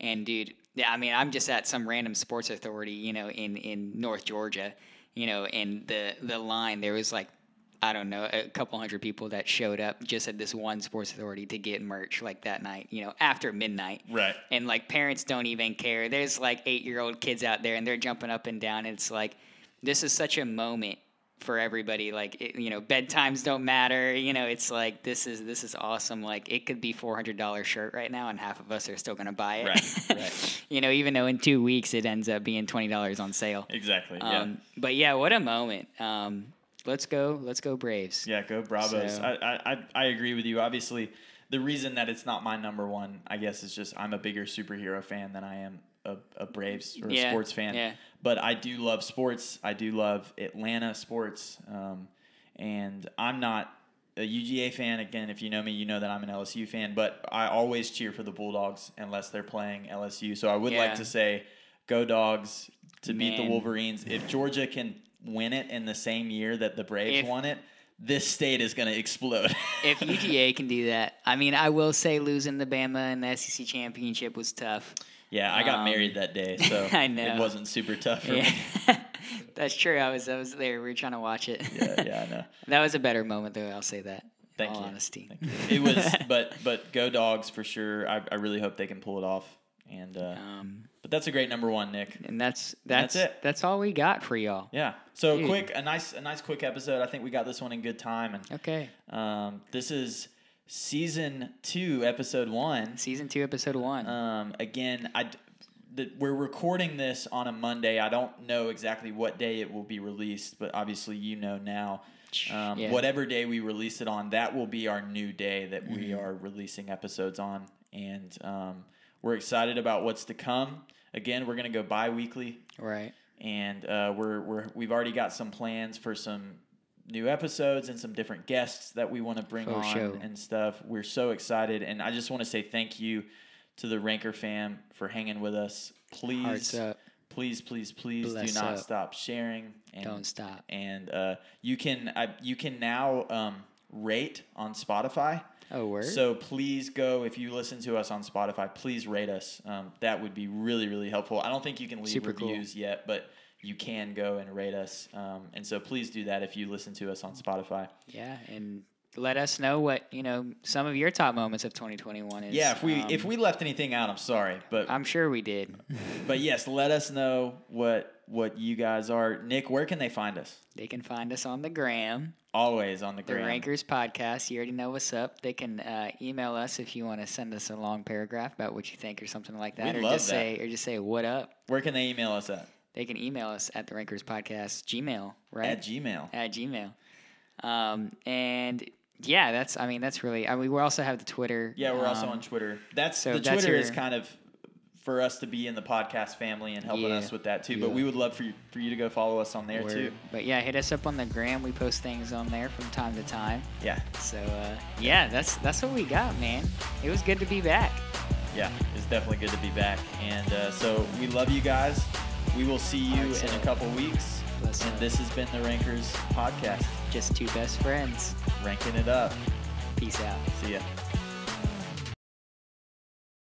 S1: And dude, yeah, I mean, I'm just at some random Sports Authority, you know, in in North Georgia, you know, and the the line there was like I don't know, a couple hundred people that showed up just at this one sports authority to get merch like that night, you know, after midnight.
S2: Right.
S1: And like parents don't even care. There's like eight year old kids out there and they're jumping up and down. It's like, this is such a moment for everybody. Like, it, you know, bedtimes don't matter. You know, it's like, this is, this is awesome. Like it could be $400 shirt right now and half of us are still going to buy it.
S2: Right, right.
S1: you know, even though in two weeks it ends up being $20 on sale.
S2: Exactly. Yeah.
S1: Um, But yeah, what a moment. Um, let's go, let's go Braves.
S2: yeah. Go Bravos.
S1: so-
S2: I, I, I, I agree with you. Obviously, the reason that it's not my number one, I guess, is just I'm a bigger superhero fan than I am a, a Braves or a
S1: Yeah,
S2: sports fan.
S1: yeah.
S2: But I do love sports. I do love Atlanta sports. Um, and I'm not a UGA fan. Again, if you know me, you know that I'm an LSU fan. But I always cheer for the Bulldogs unless they're playing LSU. So I would
S1: Yeah.
S2: like to say, go Dogs to beat the
S1: Man.
S2: Wolverines. If Georgia can win it in the same year that the Braves
S1: If-
S2: won it, this state is going to explode.
S1: if UGA can do that, I mean, I will say losing the Bama and the SEC championship was tough.
S2: yeah, I got
S1: Um,
S2: married that day, so
S1: I know.
S2: it wasn't super tough for
S1: Yeah.
S2: me.
S1: That's true. I was I was there. We were trying to watch it.
S2: Yeah, yeah, I know.
S1: that was a better moment, though. I'll say that.
S2: Thank
S1: in all
S2: you.
S1: honesty.
S2: Thank you. It was, but but go dogs for sure. I, I really hope they can pull it off. And uh,
S1: Um,
S2: but that's a great number one, Nick.
S1: and that's that's
S2: That's
S1: that's,
S2: it.
S1: all we got for y'all.
S2: Yeah. So
S1: Dude.
S2: quick, a nice a nice quick episode. I think we got this one in good time. And
S1: Okay.
S2: um, this is season two, episode one.
S1: Season two, episode one.
S2: Um, again, I d- the, we're recording this on a Monday. I don't know exactly what day it will be released, but obviously you know now. Um,
S1: Yeah.
S2: Whatever day we release it on, that will be our new day that we are releasing episodes on, and um, we're excited about what's to come. Again, we're gonna go bi-weekly,
S1: right.
S2: and uh, we're we're we've already got some plans for some new episodes and some different guests that we want to bring
S1: For
S2: on
S1: sure.
S2: and stuff. We're so excited, and I just want to say thank you to the Ranker fam for hanging with us. Please,
S1: Hearts up.
S2: Please, please, please
S1: Bless
S2: do not
S1: up.
S2: stop sharing. And,
S1: Don't stop.
S2: And uh, you can I, you can now um, rate on Spotify.
S1: Oh, word.
S2: So please go if you listen to us on Spotify. Please rate us. Um, that would be really really helpful. I don't think you can leave
S1: Super cool.
S2: reviews yet, but you can go and rate us. Um, and so please do that if you listen to us on Spotify.
S1: yeah, and let us know what you know. Some of your top moments of 2021 is.
S2: yeah, if we if
S1: um,
S2: we left anything out, I'm sorry, but
S1: I'm sure we did.
S2: but yes, let us know what what you guys are. Nick, where can they find us?
S1: They can find us on the gram,
S2: Always on the
S1: the
S2: gram.
S1: Rankers Podcast. You already know what's up. They can uh, email us if you want to send us a long paragraph about what you think or something like that,
S2: We
S1: or
S2: love
S1: just
S2: that.
S1: say or just say what up.
S2: Where can they email us at?
S1: They can email us at the Rankers Podcast Gmail, right?
S2: At Gmail.
S1: at Gmail. Um, and yeah, that's I mean that's really I mean we also have the Twitter.
S2: Yeah, we're also
S1: um,
S2: on Twitter. That's
S1: so
S2: the
S1: that's
S2: Twitter is
S1: your-
S2: kind of for us to be in the podcast family and helping
S1: Yeah.
S2: us with that too. But
S1: Yeah.
S2: we would love for you for you to go follow us on there
S1: word.
S2: too.
S1: But yeah, hit us up on the gram. We post things on there from time to time.
S2: Yeah,
S1: So uh, yeah, that's that's what we got, man. It was good to be back.
S2: yeah, it's definitely good to be back. And uh, so we love you guys. We will see you
S1: Alright,
S2: in
S1: so-
S2: a couple weeks.
S1: Bless
S2: And
S1: up.
S2: this has been the Rankers podcast,
S1: Just two best friends.
S2: ranking it up.
S1: Peace out.
S2: See ya.